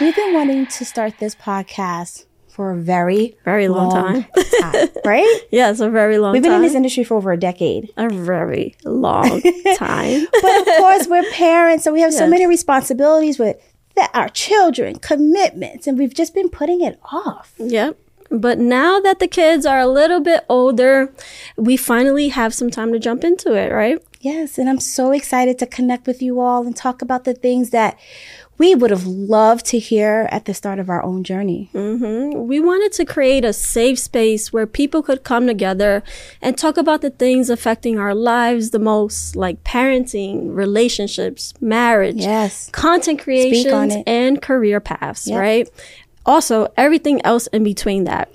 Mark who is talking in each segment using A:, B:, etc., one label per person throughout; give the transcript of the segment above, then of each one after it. A: We've been wanting to start this podcast for a very,
B: Very long time.
A: time, right?
B: Yeah, it's a very long
A: We've been
B: time.
A: in this industry for over a decade.
B: a very long time.
A: But of course, we're parents, so we have so
B: Yes.
A: many responsibilities with th- our children, commitments, and we've just been putting it off.
B: Yep. But now that the kids are a little bit older, we finally have some time to jump into it, right?
A: Yes, and I'm so excited to connect with you all and talk about the things that we would have loved to hear at the start of our own journey.
B: Mm. We wanted to create a safe space where people could come together and talk about the things affecting our lives the most, like parenting, relationships, marriage,
A: Yes.
B: content creation,
A: it.
B: and career paths,
A: Yep.
B: right? Also, everything else in between that.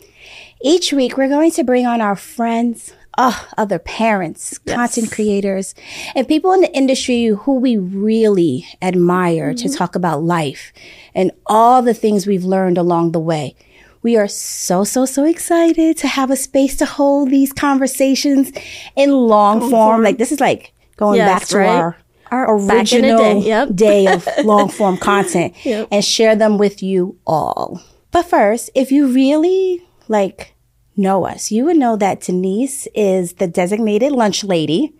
A: Each week, we're going to bring on our friends, oh, other parents, content creators, and people in the industry who we really admire to talk about life and all the things we've learned along the way. We are so, so, so excited to have a space to hold these conversations in long form. Like, this is like going
B: Yes,
A: back to
B: right?
A: our. Our
B: back in the
A: original
B: day, yep.
A: day of long form content
B: Yep.
A: and share them with you all. But first, if you really like know us, you would know that Denise is the designated lunch lady.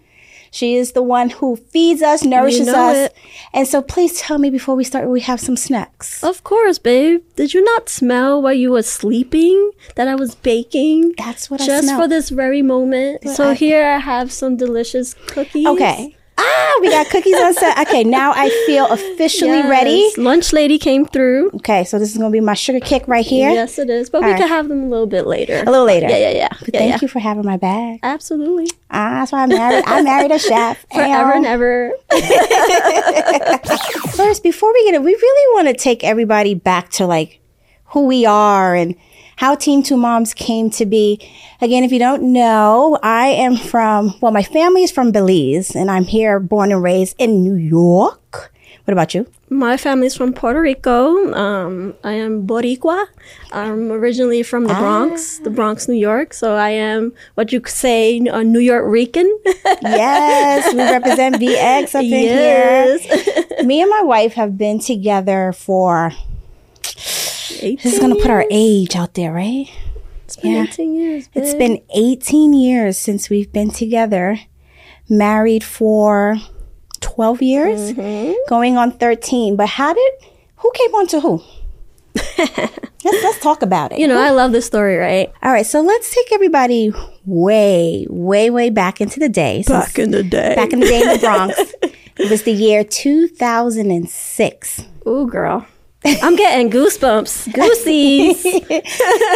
A: She is the one who feeds us, nourishes
B: know
A: us.
B: it.
A: And so please tell me before we start, we have some snacks.
B: Of course, babe. Did you not smell while you were sleeping that I was baking?
A: That's what I
B: just
A: smell.
B: for this very moment. so
A: I-
B: here I have some delicious cookies.
A: okay. Ah, we got cookies on set. Okay, now I feel officially
B: Yes.
A: ready.
B: Lunch lady came through.
A: Okay, so this is going to be my sugar kick right here.
B: Yes, it is. But we
A: right.
B: could have them a little bit later.
A: A little later.
B: Yeah, yeah, yeah. yeah,
A: Thank
B: yeah.
A: you for having my bag.
B: Absolutely.
A: Ah, that's why I married. I married a chef.
B: Forever
A: Ew.
B: and ever.
A: first, before we get it, we really want to take everybody back to like who we are and how Team Two Moms came to be. Again, if you don't know, I am from, well, my family is from Belize and I'm here born and raised in New York. What about you?
B: My family's from Puerto Rico. Um, I am Boricua. I'm originally from the Bronx,
A: Ah.
B: the Bronx, New York. So I am what you could say a New York Rican.
A: Yes, we represent BX up in here. Me and my wife have been together for, this is going to put our age out there, right?
B: It's been
A: Yeah.
B: 18 years.
A: It's
B: babe.
A: been 18 years since we've been together, married for 12 years,
B: Mm-hmm.
A: going on 13. But how did, who came on to who? let's, let's talk about it.
B: You know, I love this story, right?
A: All right, so let's take everybody way, way, way back into the day. since-
B: in the day.
A: back in the day in the Bronx. it was the year 2006.
B: Ooh, girl. I'm getting goosebumps. Goosies.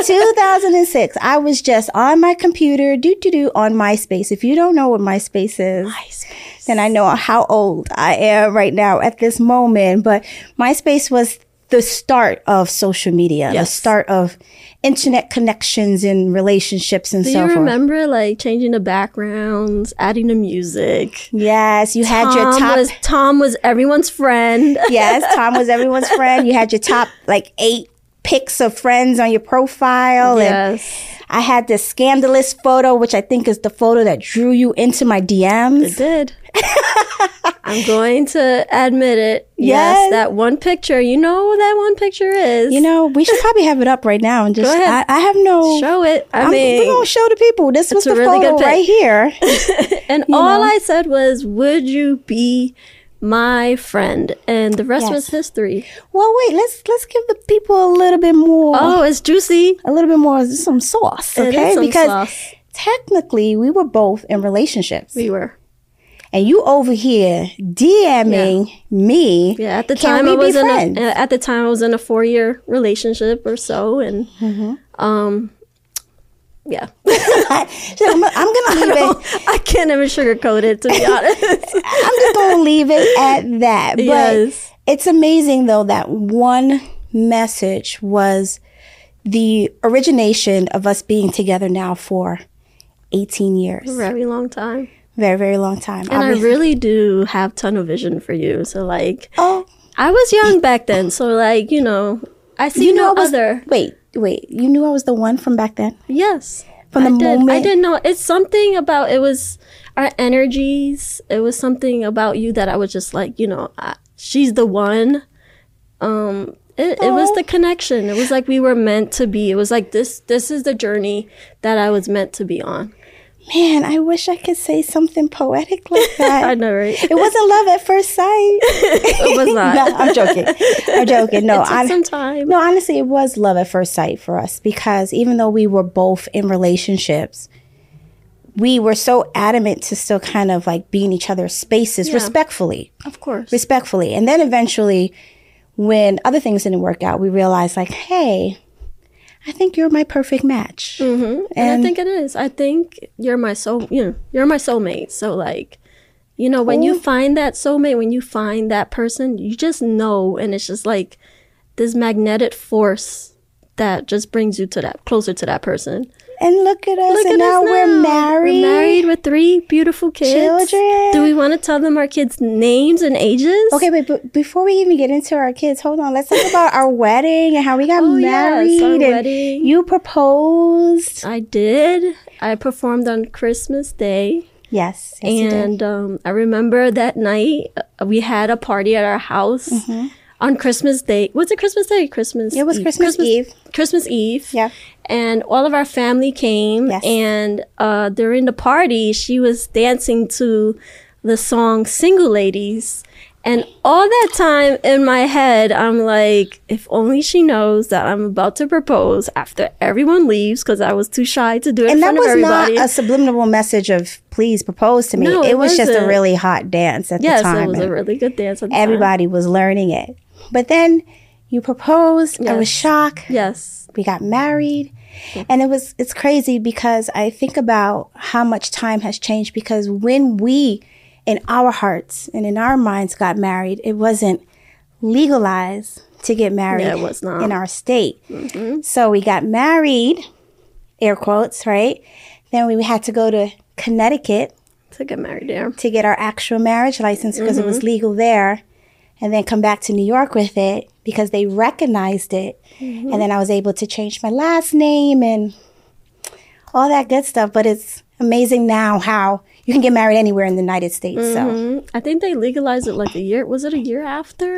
A: 2006, I was just on my computer, do do do, on MySpace. If you don't know what MySpace is, and I know how old I am right now at this moment, but MySpace was the start of social media, the
B: Yes.
A: start of internet connections and relationships and
B: Do
A: so
B: you
A: forth.
B: remember like changing the backgrounds, adding the music?
A: Yes, you had your
B: Tom
A: top.
B: was Tom was everyone's friend.
A: yes, Tom was everyone's friend. You had your top like eight pics of friends on your profile. And
B: yes.
A: I had this scandalous photo, which I think is the photo that drew you into my DMs.
B: It did. I'm going to admit it. Yes.
A: Yes.
B: that one picture. You know what that one picture is.
A: You know, we should probably have it up right now and just.
B: ahead.
A: I, I have no.
B: show it. I
A: I'm,
B: mean,
A: we're gonna show the people. This was
B: a
A: the
B: really good
A: photo
B: pic.
A: right here.
B: And all I said was, "Would you be my friend?" And the rest was history.
A: well, wait. Let's let's give the people a little bit more.
B: Oh, it's juicy.
A: A little bit more some sauce,
B: It is
A: okay?
B: some
A: because
B: sauce.
A: technically we were both in relationships,
B: we were.
A: and you over here DMing me.
B: Yeah, at the
A: Can
B: time
A: we
B: I
A: be
B: was in
A: friends?
B: a, uh, at the time I was in a four year relationship or so, and
A: Mm-hmm.
B: um, yeah,
A: She's like, I'm, I'm gonna leave it.
B: I can't even sugarcoat it to be honest.
A: I'm just gonna leave it at that. But
B: Yes.
A: it's amazing though that one message was the origination of us being together now for 18 years.
B: Very long time,
A: very very long time.
B: and I
A: Obvi-
B: really do have tunnel vision for you. So like,
A: oh,
B: I was young back then, so like you know, I see
A: you know,
B: no
A: I was,
B: other.
A: Wait, wait. You knew I was the one from back then.
B: Yes.
A: From the
B: I did. I
A: moment-
B: didn't know. It's something about it was our energies. It was something about you that I was just like, you know, I, she's the one. Um, It, it was the connection. It was like we were meant to be. It was like this this is the journey that I was meant to be on.
A: Man, I wish I could say something poetic like that.
B: I know, right?
A: It wasn't love at first sight.
B: It was not.
A: no, I'm joking. I'm joking. No,
B: It took
A: I,
B: some time.
A: no, honestly, it was love at first sight for us because even though we were both in relationships, we were so adamant to still kind of like be in each other's spaces
B: Yeah.
A: respectfully,
B: Of course.
A: respectfully. And then eventually, when other things didn't work out, we realized like, hey, I think you're my perfect match.
B: And,
A: And-
B: I think it is. I think you're my soul. You know, you're my soulmate. So like, you know, when you find that soulmate, when you find that person, you just know, and it's just like this magnetic force that just brings you to that closer to that person.
A: And look at us,
B: Look
A: and
B: at
A: now,
B: us
A: we're married.
B: We're married with three beautiful kids.
A: Children.
B: Do we want to tell them our kids' names and ages?
A: Okay, but, but before we even get into our kids, hold on. Let's talk about our wedding and how we got
B: Oh,
A: married.
B: yes, our
A: and
B: wedding.
A: You proposed.
B: I did. I performed on Christmas Day.
A: Yes. yes you did.
B: and um, I remember that night uh, we had a party at our house on Christmas Day. Was it Christmas Day? or Christmas.
A: Mm-hmm. It was
B: Eve?
A: Christmas Eve.
B: Christmas Eve.
A: Yeah.
B: And all of our family came.
A: Yes.
B: And uh, during the party, she was dancing to the song "Single Ladies." And all that time in my head, I'm like, if only she knows that I'm about to propose after everyone leaves, because I was too shy to do it in
A: And that
B: front
A: was
B: of everybody.
A: not a subliminal message of please propose to me.
B: No,
A: it,
B: it
A: was just a
B: wasn't.
A: really hot dance at
B: yes,
A: the time.
B: it was a
A: and
B: really good dance. at the time.
A: everybody was learning it. But then you proposed. I was
B: Yes.
A: shocked.
B: Yes.
A: we got married and it was it's crazy because i think about how much time has changed because when we in our hearts and in our minds got married it wasn't legalized to get married
B: Yeah, it was not. Mm-hmm.
A: in our state so we got married air quotes right then we had to go to connecticut
B: to get married there.
A: to get our actual marriage license because it was
B: Mm-hmm.
A: legal there and then come back to New York with it because they recognized it.
B: Mm-hmm.
A: And then I was able to change my last name and all that good stuff. But it's amazing now how you can get married anywhere in the United States. So
B: Mhm. I think they legalized it like a year. Was it a year after?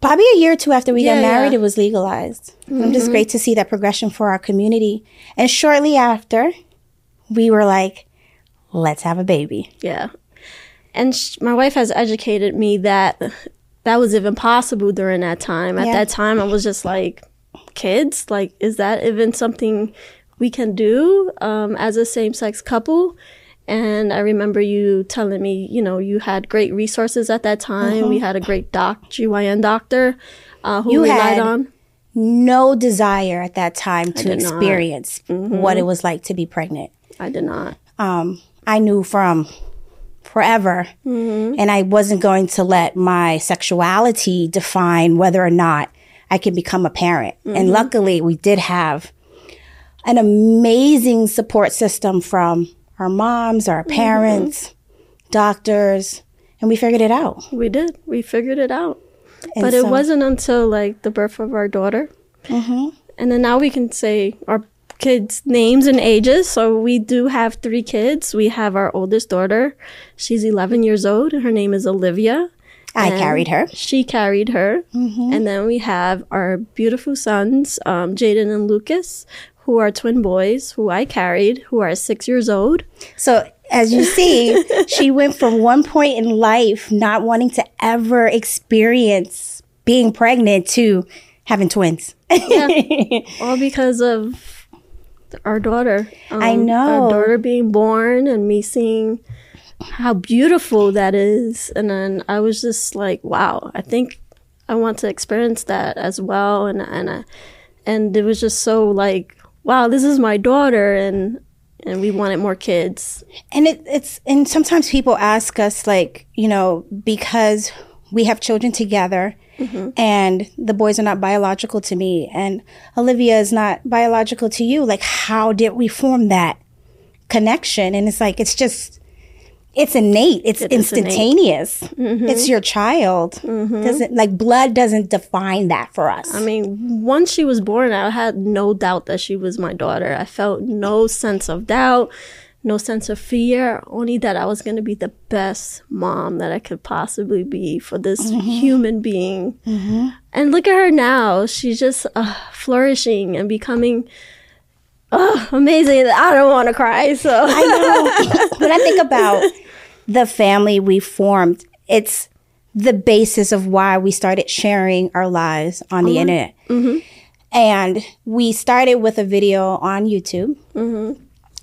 A: probably a year or two after we got
B: Yeah, Mm-hmm. yeah.
A: married, it was legalized. I'm just great to see that progression for our community. And shortly after, we were like, let's have a baby.
B: Yeah. And sh- my wife has educated me that that was even possible during that time. At
A: Yeah.
B: that time, I was just like, kids, like, is that even something we can do um, as a same sex couple? And I remember you telling me, you know, you had great resources at that time. We had a great doc, GYN doctor, uh,
A: Uh-huh.
B: who
A: You
B: relied
A: had-
B: on.
A: no desire at that time to
B: did not. Mm-hmm.
A: experience what it was like to be pregnant.
B: I did not.
A: Um, I knew from forever,
B: Mm-hmm.
A: and I wasn't going to let my sexuality define whether or not I could become a parent.
B: Mm-hmm.
A: And luckily, we did have an amazing support system from our moms,
B: Mm-hmm.
A: our parents, doctors, and we figured it out.
B: We did. We figured it out.
A: And
B: but it
A: so-
B: wasn't until like the birth of our daughter.
A: Mm-hmm.
B: And then now we can say our kids' names and ages. So we do have three kids. We have our oldest daughter. She's 11 years old. Her name is Olivia.
A: I
B: And
A: carried her.
B: She carried her.
A: Mm-hmm.
B: And then we have our beautiful sons, um, Jaden and Lucas, who are twin boys, who I carried, who are six years old.
A: So as you see, she went from one point in life not wanting to ever experience being pregnant to having twins.
B: all because of our daughter. Um,
A: I know.
B: our daughter being born and me seeing how beautiful that is, and then I was just like, wow, I think I want to experience that as well, and and I, and it was just so like, wow, this is my daughter, and and we wanted more kids.
A: And it, it's and sometimes people ask us like, you know, because we have children together
B: Mm-hmm.
A: and the boys are not biological to me and Olivia is not biological to you, like how did we form that connection? And it's like it's just it's innate. It's
B: is innate. Mm-hmm.
A: instantaneous. It's your child. Doesn't like blood doesn't define that for us.
B: I mean, once she was born, I had no doubt that she was my daughter. I felt no sense of doubt. no sense of fear, only that I was going to be the best mom that I could possibly be for this human being. And look at her now. She's just uh, flourishing and becoming uh, amazing. I don't want to cry. So,
A: I know. when I think about the family we formed, it's the basis of why we started sharing our lives on the internet. And we started with a video on YouTube.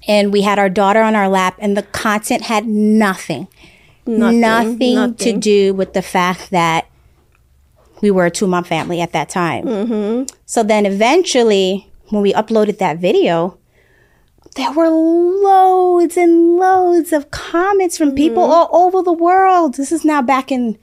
A: And we had our daughter on our lap, and the content had nothing, nothing, to
B: nothing.
A: do with the fact that we were a two mom family at that time. So then eventually, when we uploaded that video, there were loads and loads of comments from people
B: Mm-hmm.
A: all over the world. This is now back in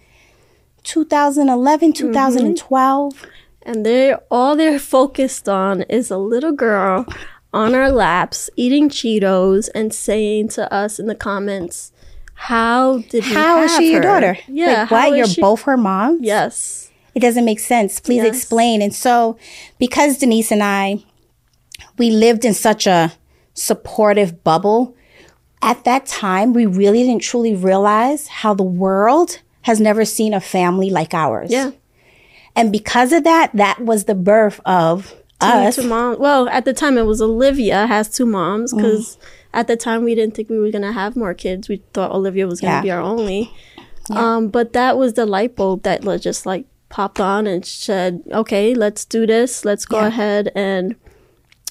B: Mm-hmm.
A: 2011, 2012.
B: and they all they're focused on is a little girl on our laps eating Cheetos and saying to us in the comments, "How did we
A: How is
B: have
A: she your
B: her?"
A: daughter?
B: Yeah,
A: Like, what?
B: how is
A: You're
B: she-
A: both her mom?
B: Yes,
A: It doesn't make sense. Please
B: Yes.
A: explain. And so, because Denise and I, we lived in such a supportive bubble, at that time, we really didn't truly realize how the world has never seen a family like ours.
B: yeah.
A: And because of that, that was the birth of
B: Me
A: us.
B: Two moms. Well, at the time it was Olivia has two
A: Mm.
B: moms because at the time we didn't think we were gonna have more kids. We thought Olivia was gonna
A: Yeah.
B: be our only. Um, but that was the light bulb that like, just like popped on and said, "Okay, let's do this. Let's go ahead and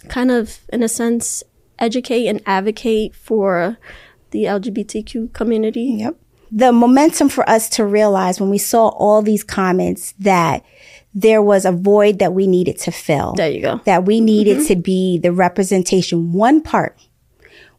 B: kind of, in a sense, educate and advocate for the LGBTQ community."
A: Yep. The momentum for us to realize when we saw all these comments that there was a void that we needed to fill.
B: There you go.
A: that we needed to be the representation, one part,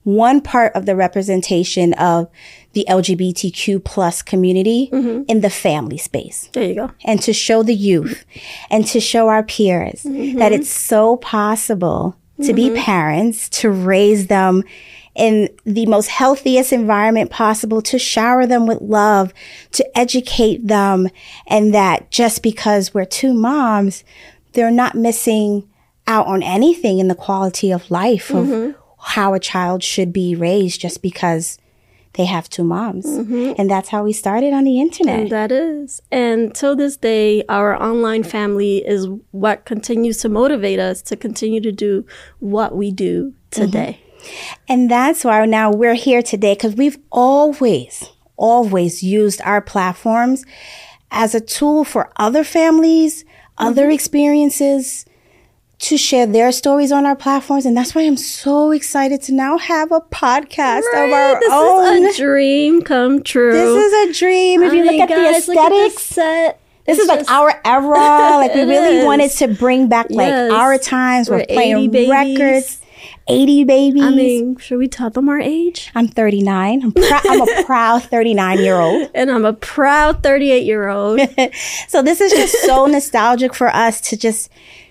A: one part of the representation of the LGBTQ plus community in the family space
B: There you go.
A: and to show the youth and to show our peers that it's so possible to be parents, to raise them in the most healthiest environment possible, to shower them with love, to educate them, and that just because we're two moms, they're not missing out on anything in the quality of life of how a child should be raised just because they have two moms. And that's how we started on the internet.
B: That is. And till this day, our online family is what continues to motivate us to continue to do what we do
A: Mm-hmm.
B: today.
A: And that's why now we're here today because we've always, always used our platforms as a tool for other families, other
B: Mm-hmm.
A: experiences to share their stories on our platforms. And that's why I'm so excited to now have a podcast of our
B: this
A: own.
B: is a dream come true.
A: this is a dream. If you
B: I
A: look
B: mean,
A: at
B: guys,
A: the
B: look at
A: aesthetics,
B: this set.
A: this
B: It's
A: is like
B: just-
A: our era. Like we
B: It
A: really
B: is.
A: wanted to bring back like
B: Yes.
A: our times. We're,
B: We're 80
A: playing
B: babies.
A: records. 80 babies.
B: I mean, should we tell them our age?
A: I'm 39. I'm, prou- I'm a proud 39 year old.
B: And I'm a proud 38 year old.
A: So this is just so nostalgic for us to just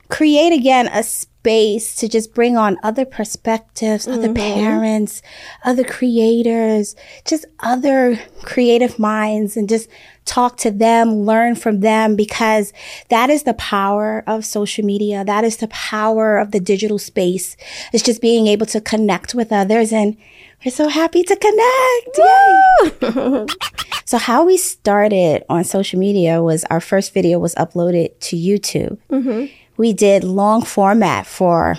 A: create again a space to just bring on other perspectives, other parents, other creators, just other creative minds and just talk to them, learn from them because that is the power of social media. That is the power of the digital space. It's just being able to connect with others and we're so happy to connect. Yay! So how we started on social media was our first video was uploaded to YouTube.
B: Mm-hmm.
A: We did long format for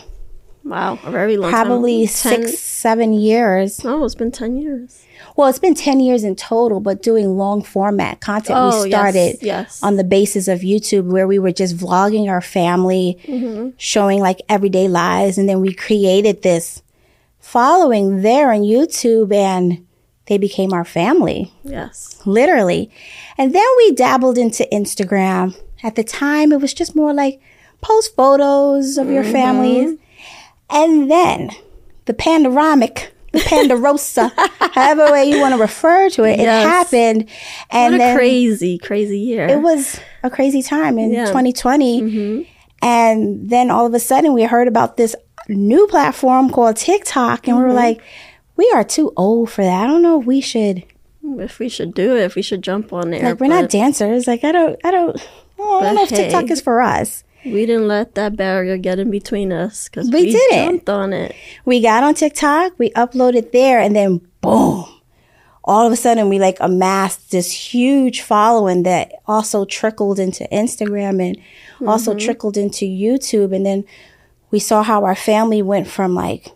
B: wow, a very long time.
A: probably
B: 10
A: six, seven years.
B: Oh, it's been 10 years.
A: Well, it's been 10 years in total, but doing long format content.
B: Oh,
A: we
B: yes,
A: started
B: yes.
A: on the basis of YouTube where we were just vlogging our family,
B: Mm-hmm.
A: showing like everyday lives. And then we created this following there on YouTube and they became our family.
B: Yes.
A: literally. And then we dabbled into Instagram. At the time, it was just more like post photos of
B: Mm-hmm.
A: your families. And then the panoramic, the Pandarosa, however way you want to refer to it,
B: Yes.
A: it happened. And
B: What a
A: then
B: crazy, crazy year.
A: it was a crazy time in
B: Yeah. Mm-hmm.
A: 2020. And then all of a sudden, we heard about this new platform called TikTok, and we
B: Mm-hmm.
A: were like, we are too old for that. I don't know if we should
B: if we should do it, if we should jump on there.
A: like we're
B: but-
A: not dancers. Like I don't, I don't, I don't know if
B: But hey.
A: TikTok is for us.
B: We didn't let that barrier get in between us because
A: We
B: we,
A: didn't.
B: jumped on it.
A: We got on TikTok, we uploaded there, and then boom. All of a sudden, we like amassed this huge following that also trickled into Instagram and also
B: Mm-hmm.
A: trickled into YouTube. And then we saw how our family went from like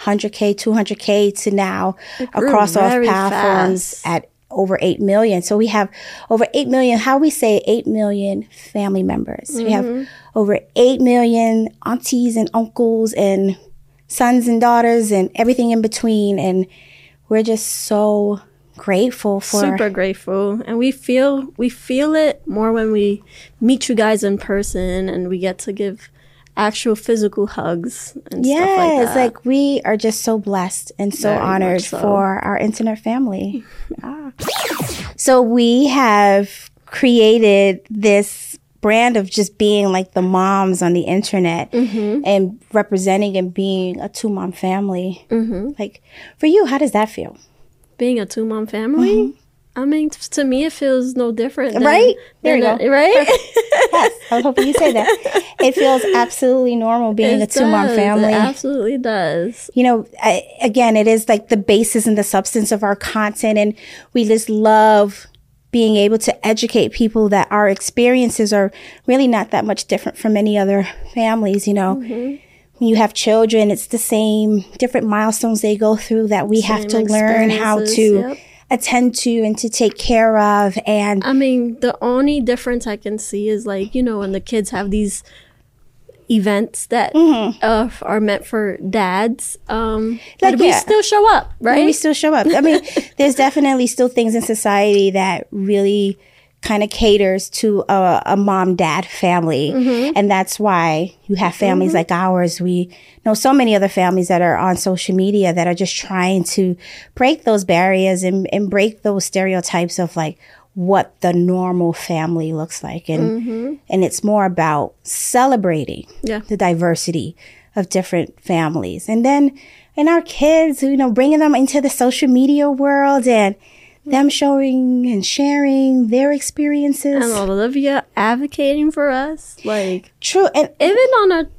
A: 100K, 200K to now
B: grew
A: across all
B: very
A: platforms
B: fast.
A: at over 8 million. So we have over 8 million, how we say 8 million family members. We have over 8 million aunties and uncles and sons and daughters and everything in between. And we're just so grateful for
B: Super grateful, and we feel we feel it more when we meet you guys in person and we get to give actual physical hugs and
A: Yes,
B: stuff like that.
A: like we are just so blessed and so
B: Very much
A: honored
B: so.
A: for our internet family. Ah. So we have created this brand of just being like the moms on the internet
B: Mm-hmm.
A: and representing and being a two mom family.
B: Mm-hmm.
A: Like for you, how does that feel?
B: being a two mom family. I mean, t- to me, it feels no different, than-
A: Mm-hmm. Right? There
B: than
A: you
B: a- right?
A: Yes, I was hoping you say that. It feels absolutely normal being
B: It
A: a two mom
B: does.
A: family.
B: It absolutely does.
A: you know, I, again, it is like the basis and the substance of our content. And we just love being able to educate people that our experiences are really not that much different from any other families, you know.
B: Mm-hmm.
A: When you have children, it's the same different milestones they go through that we have to
B: Same
A: learn how to
B: experiences, yep.
A: attend to and to take care of. And
B: I mean, the only difference I can see is like you know when the kids have these events that uh, are meant for dads, um,
A: Mm-hmm.
B: but
A: Like,
B: we
A: yeah.
B: still show up, right?
A: and we still show up. I mean, there's definitely still things in society that really kind of caters to a, a mom dad family, and that's why you have families like ours. We know so many other families that are on social media that are just trying to break those barriers and, and break those stereotypes of like what the normal family looks like, and and it's more about celebrating
B: yeah,
A: the diversity of different families. And then, and our kids, you know, bringing them into the social media world and them showing and sharing their experiences.
B: and Olivia advocating for us, like
A: True. And
B: even on her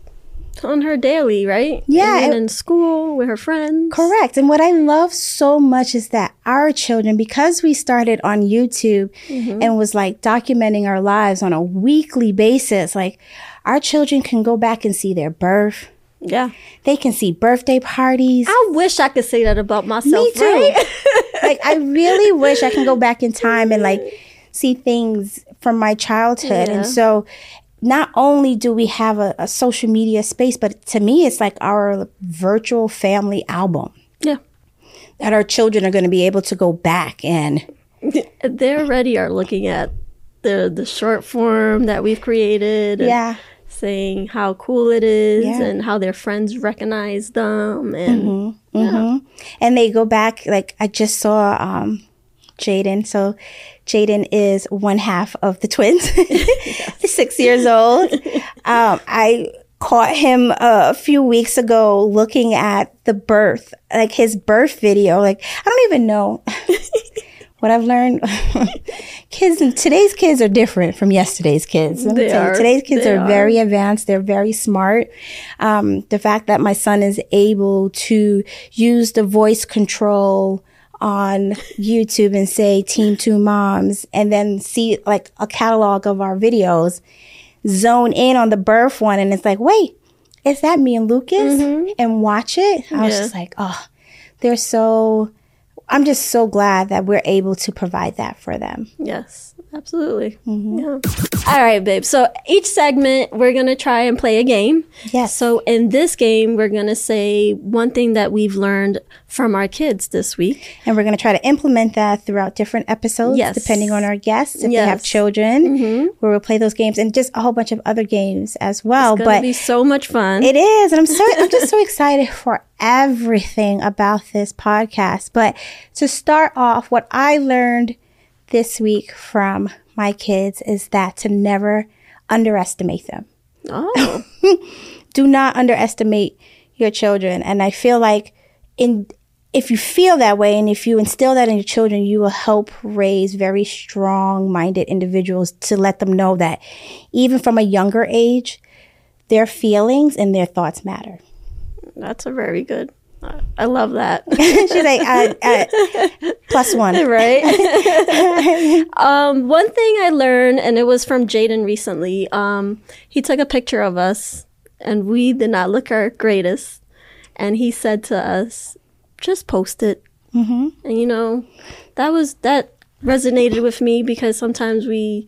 B: on her daily, right?
A: Yeah,
B: even
A: it-
B: in school with her friends.
A: Correct. And what I love so much is that our children, because we started on YouTube and was like documenting our lives on a weekly basis, like our children can go back and see their birth.
B: Yeah,
A: They can see birthday parties.
B: I wish I could say that about myself.
A: Me too.
B: Oh, right?
A: like I really wish I can go back in time and like see things from my childhood.
B: Yeah.
A: And so not only do we have a, a social media space, but to me it's like our virtual family album
B: yeah.
A: that our children are gonna be able to go back and
B: they already are looking at the the short form that we've created and
A: Yeah.
B: saying how cool it is
A: Yeah.
B: and how their friends recognize them and
A: Mhm. And they go back, like, I just saw um, Jaden. So Jaden is one half of the twins, six years old. um, I caught him a few weeks ago looking at the birth, like his birth video. Like, I don't even know. What I've learned, kids today's kids are different from yesterday's kids. Let me
B: They
A: tell you,
B: are.
A: today's kids
B: They
A: are,
B: are.
A: very advanced. They're very smart. Um, the fact that my son is able to use the voice control on YouTube and say "Team Two Moms" and then see like a catalog of our videos, zone in on the birth one, and it's like, wait, is that me and Lucas? And watch it. I was
B: Mm-hmm. Yeah.
A: just like, oh, they're so. I'm just so glad that we're able to provide that for them.
B: yes absolutely
A: Mm-hmm.
B: yeah all right babe so each segment we're gonna try and play a game
A: Yes.
B: so in this game we're gonna say one thing that we've learned from our kids this week
A: And we're going to try to implement that throughout different episodes,
B: Yes.
A: depending on our guests. If they have
B: Yes. Mm-hmm.
A: children, where we'll play those games and just a whole bunch of other games as well.
B: it's gonna
A: But
B: be so much fun
A: it is, and I'm so I'm just so excited for everything about this podcast. But to start off, what I learned this week from my kids is that to never underestimate them.
B: oh
A: do not underestimate your children. And I feel like in if you feel that way and if you instill that in your children, you will help raise very strong minded individuals to let them know that even from a younger age, their feelings and their thoughts matter.
B: That's a very good. I I love that.
A: She's like, uh, uh, plus one.
B: right? um, one thing I learned, and it was from Jaden recently, um, he took a picture of us, and we did not look our greatest. And he said to us, just post it. Mm-hmm. And you know, that was that resonated with me because sometimes we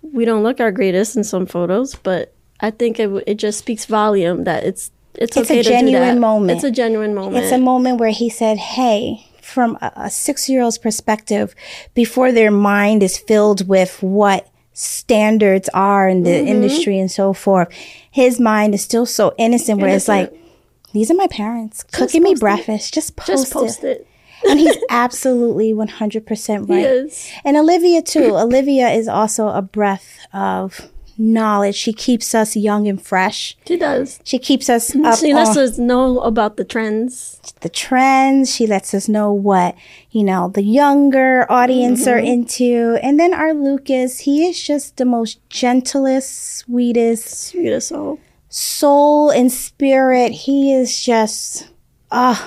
B: we don't look our greatest in some photos, but I think it, w- it just speaks volume that it's it's,
A: It's a
B: okay to do
A: genuine
B: that.
A: moment.
B: It's a genuine moment.
A: It's a moment where he said, Hey, from a, a six year old's perspective, before their mind is filled with what standards are in the
B: Mm-hmm.
A: industry and so forth, his mind is still so innocent where it's
B: Innocent.
A: like, These are my parents cooking me
B: post it.
A: breakfast. Just post,
B: just post
A: it.
B: it.
A: and he's absolutely 100% right.
B: is.
A: And Olivia, too. Olivia is also a breath of knowledge. She keeps us young and fresh.
B: She does.
A: She keeps us up
B: she
A: on-
B: lets us know about the trends.
A: the trends. She lets us know what, you know, the younger audience are into. And then our Lucas, he is just the most gentlest, sweetest
B: Beautiful.
A: soul and spirit. He is just, ah,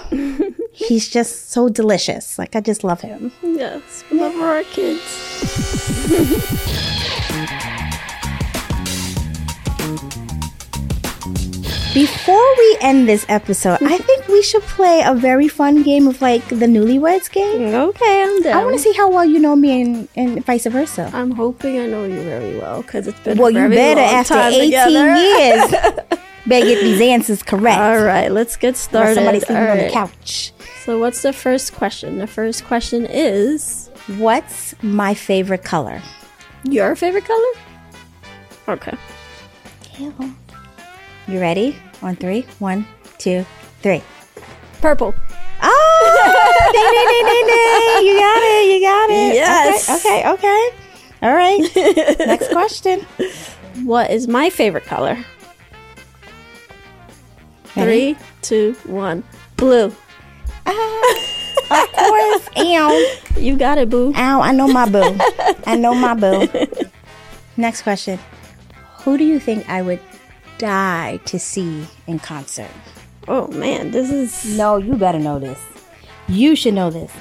A: he's just so delicious. Like, I just love him.
B: Yes. We love our kids.
A: Before we end this episode, I think we should play a very fun game of like the newlyweds game.
B: Okay, I'm down.
A: I want to see how well you know me and, and vice versa.
B: I'm hoping I know you very well because it's been
A: Well,
B: a
A: you
B: very
A: better
B: long
A: after
B: time
A: 18
B: together.
A: years. better get these answers correct.
B: All right, let's get
A: Or
B: started.
A: somebody's sleeping
B: All
A: on the
B: right.
A: couch.
B: So, what's the first question? The first question is
A: What's my favorite color?
B: your favorite color. Okay.
A: You ready? On three. One, two, three.
B: Purple.
A: Oh! ding, ding, ding, ding, ding. You got it. You got it.
B: Yes.
A: Okay, okay, okay. All right. Next question.
B: What is my favorite color?
A: Ready?
B: Three, two, one. Blue.
A: Ah, Of course. Ow.
B: You got it, boo.
A: Ow. I know my boo. I know my boo. Next question. Who do you think I would die to see in concert?
B: Oh man, this is
A: No, you better know this. You should know this.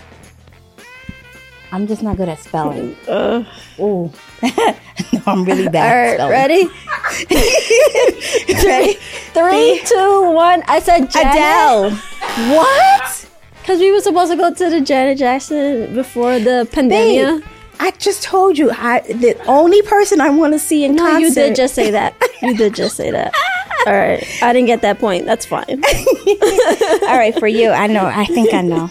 A: I'm just not good at spelling.
B: uh,
A: Ooh. no, I'm really
B: all
A: bad
B: right.
A: at spelling.
B: Ready?
A: Er, Ready?
B: Three, two, one. I said Janet
A: Adele. What?
B: because we were supposed to go to the Janet Jackson before the pandemic.
A: Babe, I just told you I the only person I want to see in
B: No,
A: concert.
B: you did just say that. You did just say that. All right, I didn't get that point. That's fine.
A: All right, for you. I know. I think I know.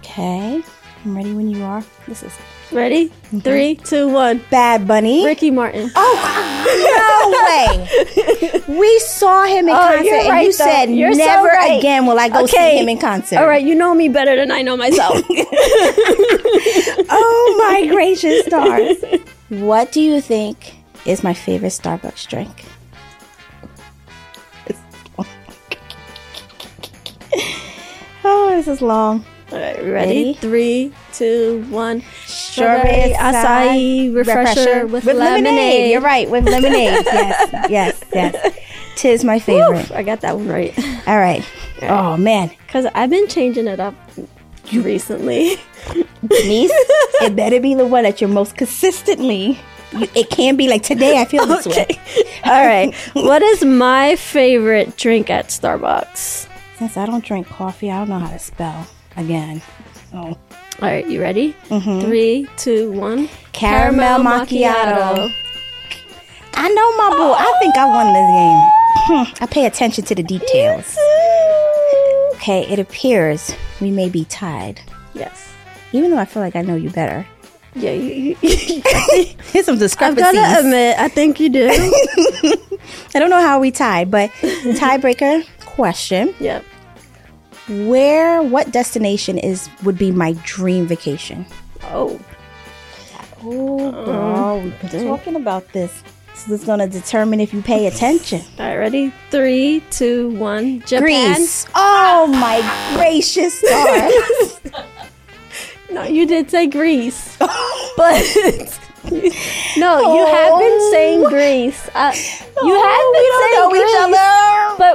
A: Okay. I'm ready when you are. This is
B: Ready? Three, two, one.
A: Bad Bunny.
B: Ricky Martin.
A: Oh no way! We saw him in
B: Oh,
A: concert,
B: you're
A: and
B: right,
A: you
B: though.
A: said
B: You're so
A: never
B: right.
A: again will I go
B: Okay.
A: see him in concert.
B: All right, you know me better than I know myself.
A: Oh my gracious stars! what do you think is my favorite Starbucks drink? oh, this is long.
B: All right, ready?
A: Ready?
B: Three, two, one.
A: Strawberry
B: acai refresher, with, lemonade.
A: You're right, with lemonade. yes, yes, yes. Tis my favorite.
B: Oof, I got that one right.
A: All right. Oh man.
B: Because I've been changing it up recently.
A: Denise, it better be the one that you're most consistently. You, it can't be like today. I feel this way.
B: All right, what is my favorite drink at Starbucks?
A: Since I don't drink coffee, I don't know how to spell again. Oh,
B: All right, you ready? Three, two, one.
A: Mm-hmm. caramel, macchiato. I know my boo. I think I won this game. Hmm, I pay attention to the details. Okay, it appears we may be tied.
B: Yes.
A: Even though I feel like I know you better.
B: Yeah. You, you,
A: Here's some
B: I'm
A: discrepancies.
B: gonna admit, I think you do.
A: I don't know how we tied, but tiebreaker question.
B: yep.
A: Where what destination is would be my dream vacation?
B: Oh.
A: Oh, girl, we've been talking about this. So it's going to determine if you pay attention.
B: All right, ready? Three, two, one. Japan.
A: Greece. Oh my gracious God.
B: No, you did say Greece, but no, you have been
A: Oh.
B: saying Greece. Uh, you
A: Oh,
B: have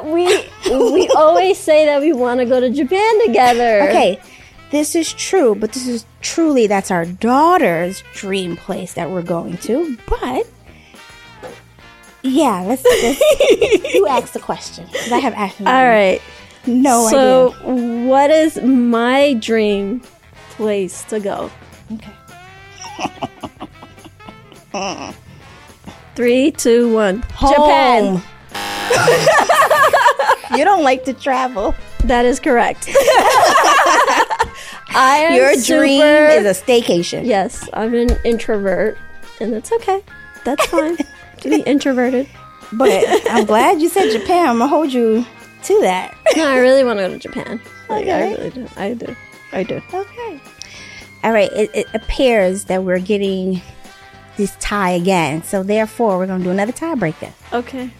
A: we
B: been
A: don't know
B: saying Greece,
A: each other.
B: but we we always say that we want to go to Japan together.
A: okay, this is true, but this is truly that's our daughter's dream place that we're going to. But yeah, let's. let's you ask the question 'cause I have actually
B: All right.
A: no
B: so, what is my dream place to go?
A: idea. Okay.
B: Three, two, one. Japan.
A: Home. you don't like to travel.
B: That is correct. I am
A: Your dream
B: super-
A: is a staycation.
B: Yes, I'm an introvert, and that's okay. That's fine. to be introverted.
A: But I'm glad you said Japan. I'm gonna hold you to that.
B: No, I really want to go to Japan. Like, I
A: Okay.
B: really do. I do. I do.
A: Okay. All right. It, it appears that we're getting this tie again. So therefore, we're gonna do another tiebreaker.
B: Okay.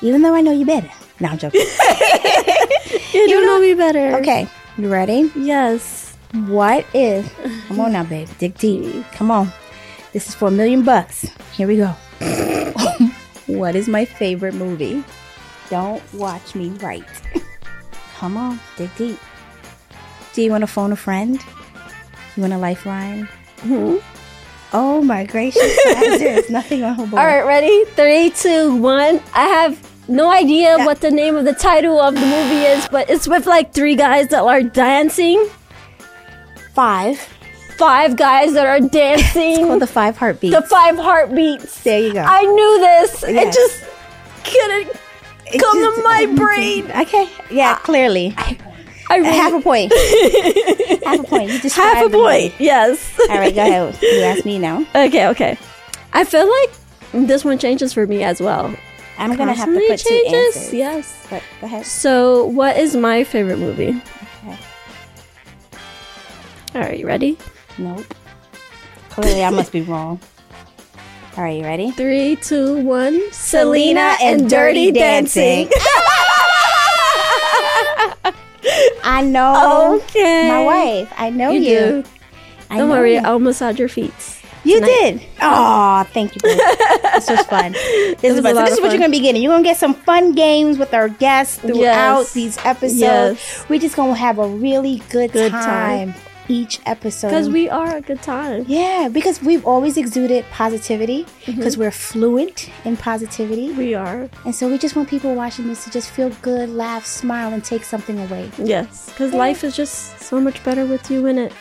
A: Even though I know you better. No, I'm joking.
B: You, don't know me better.
A: okay. You ready?
B: Yes.
A: What if? Come on now, babe. Dig deep. Come on. This is for a million bucks. Here we go. what is my favorite movie? Don't watch me right. Come on, dig deep. Do you want to phone a friend? You want a lifeline?
B: Mhm.
A: Oh my gracious! God, There's nothing on her board.
B: All right, ready? Three, two, one. I have no idea what the name of the title of the movie is, but it's with like three guys that are dancing.
A: five.
B: Five guys that are dancing.
A: Called the five heartbeats.
B: the five heartbeats.
A: there you go.
B: I knew this. It
A: Yes.
B: just couldn't
A: It
B: come
A: just-
B: to my brain. Uh,
A: Okay. Yeah. Clearly.
B: I really,
A: Half a point. Half a point. You just
B: half a point. Yes.
A: All right, go ahead. You ask me now.
B: Okay, okay. I feel like this one changes for me as well.
A: I'm gonna have to
B: Constantly
A: put two answers.
B: Yes.
A: But go ahead.
B: So, what is my favorite movie?
A: Okay.
B: All right, you ready?
A: Nope. Clearly, I must be wrong. All right, you ready?
B: Three, two, one. Selena and Dirty Dancing.
A: I know
B: Okay.
A: my wife. I know
B: You
A: you.
B: do.
A: I
B: Don't
A: know
B: worry,
A: You,
B: I'll massage your feet.
A: You did. Oh, thank you. babe. this was fun. This,
B: was
A: is, fun.
B: a
A: So
B: lot
A: this
B: of
A: is what
B: fun.
A: you're gonna be getting. You're gonna get some fun games with our guests throughout
B: Yes.
A: these episodes.
B: Yes.
A: We're just gonna have a really good,
B: Good time.
A: time, each episode.
B: Because we are a good time.
A: Yeah, because we've always exuded positivity because we're fluent in positivity.
B: We are.
A: And so we just want people watching this to just feel good, laugh, smile, and take something away.
B: Yes. Because life is just so much better with you in it.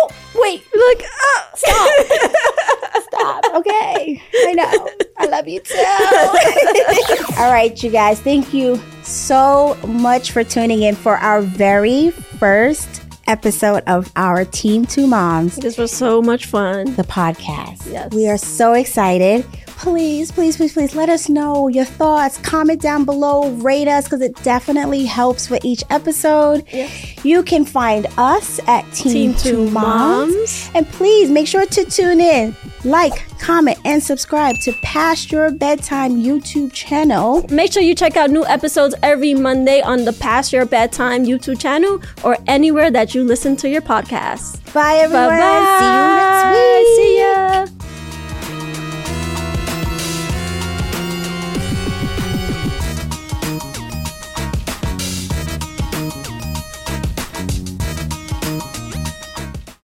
A: Oh, wait,
B: Look up.
A: stop. okay, I know. I love you too. All right, you guys, thank you so much for tuning in for our very first episode of our Team Two Moms.
B: This was so much fun.
A: the podcast.
B: Yes.
A: We are so excited. Please, please, please, please let us know your thoughts. Comment down below, rate us because it definitely helps with each episode.
B: Yes.
A: You can find us at Team,
B: Team
A: Two,
B: Two
A: Moms.
B: Moms.
A: And please make sure to tune in, like, comment, and subscribe to Past Your Bedtime YouTube channel.
B: Make sure you check out new episodes every Monday on the Past Your Bedtime YouTube channel or anywhere that you listen to your podcast.
A: Bye, everyone.
B: Bye bye.
A: See you next week.
B: See ya.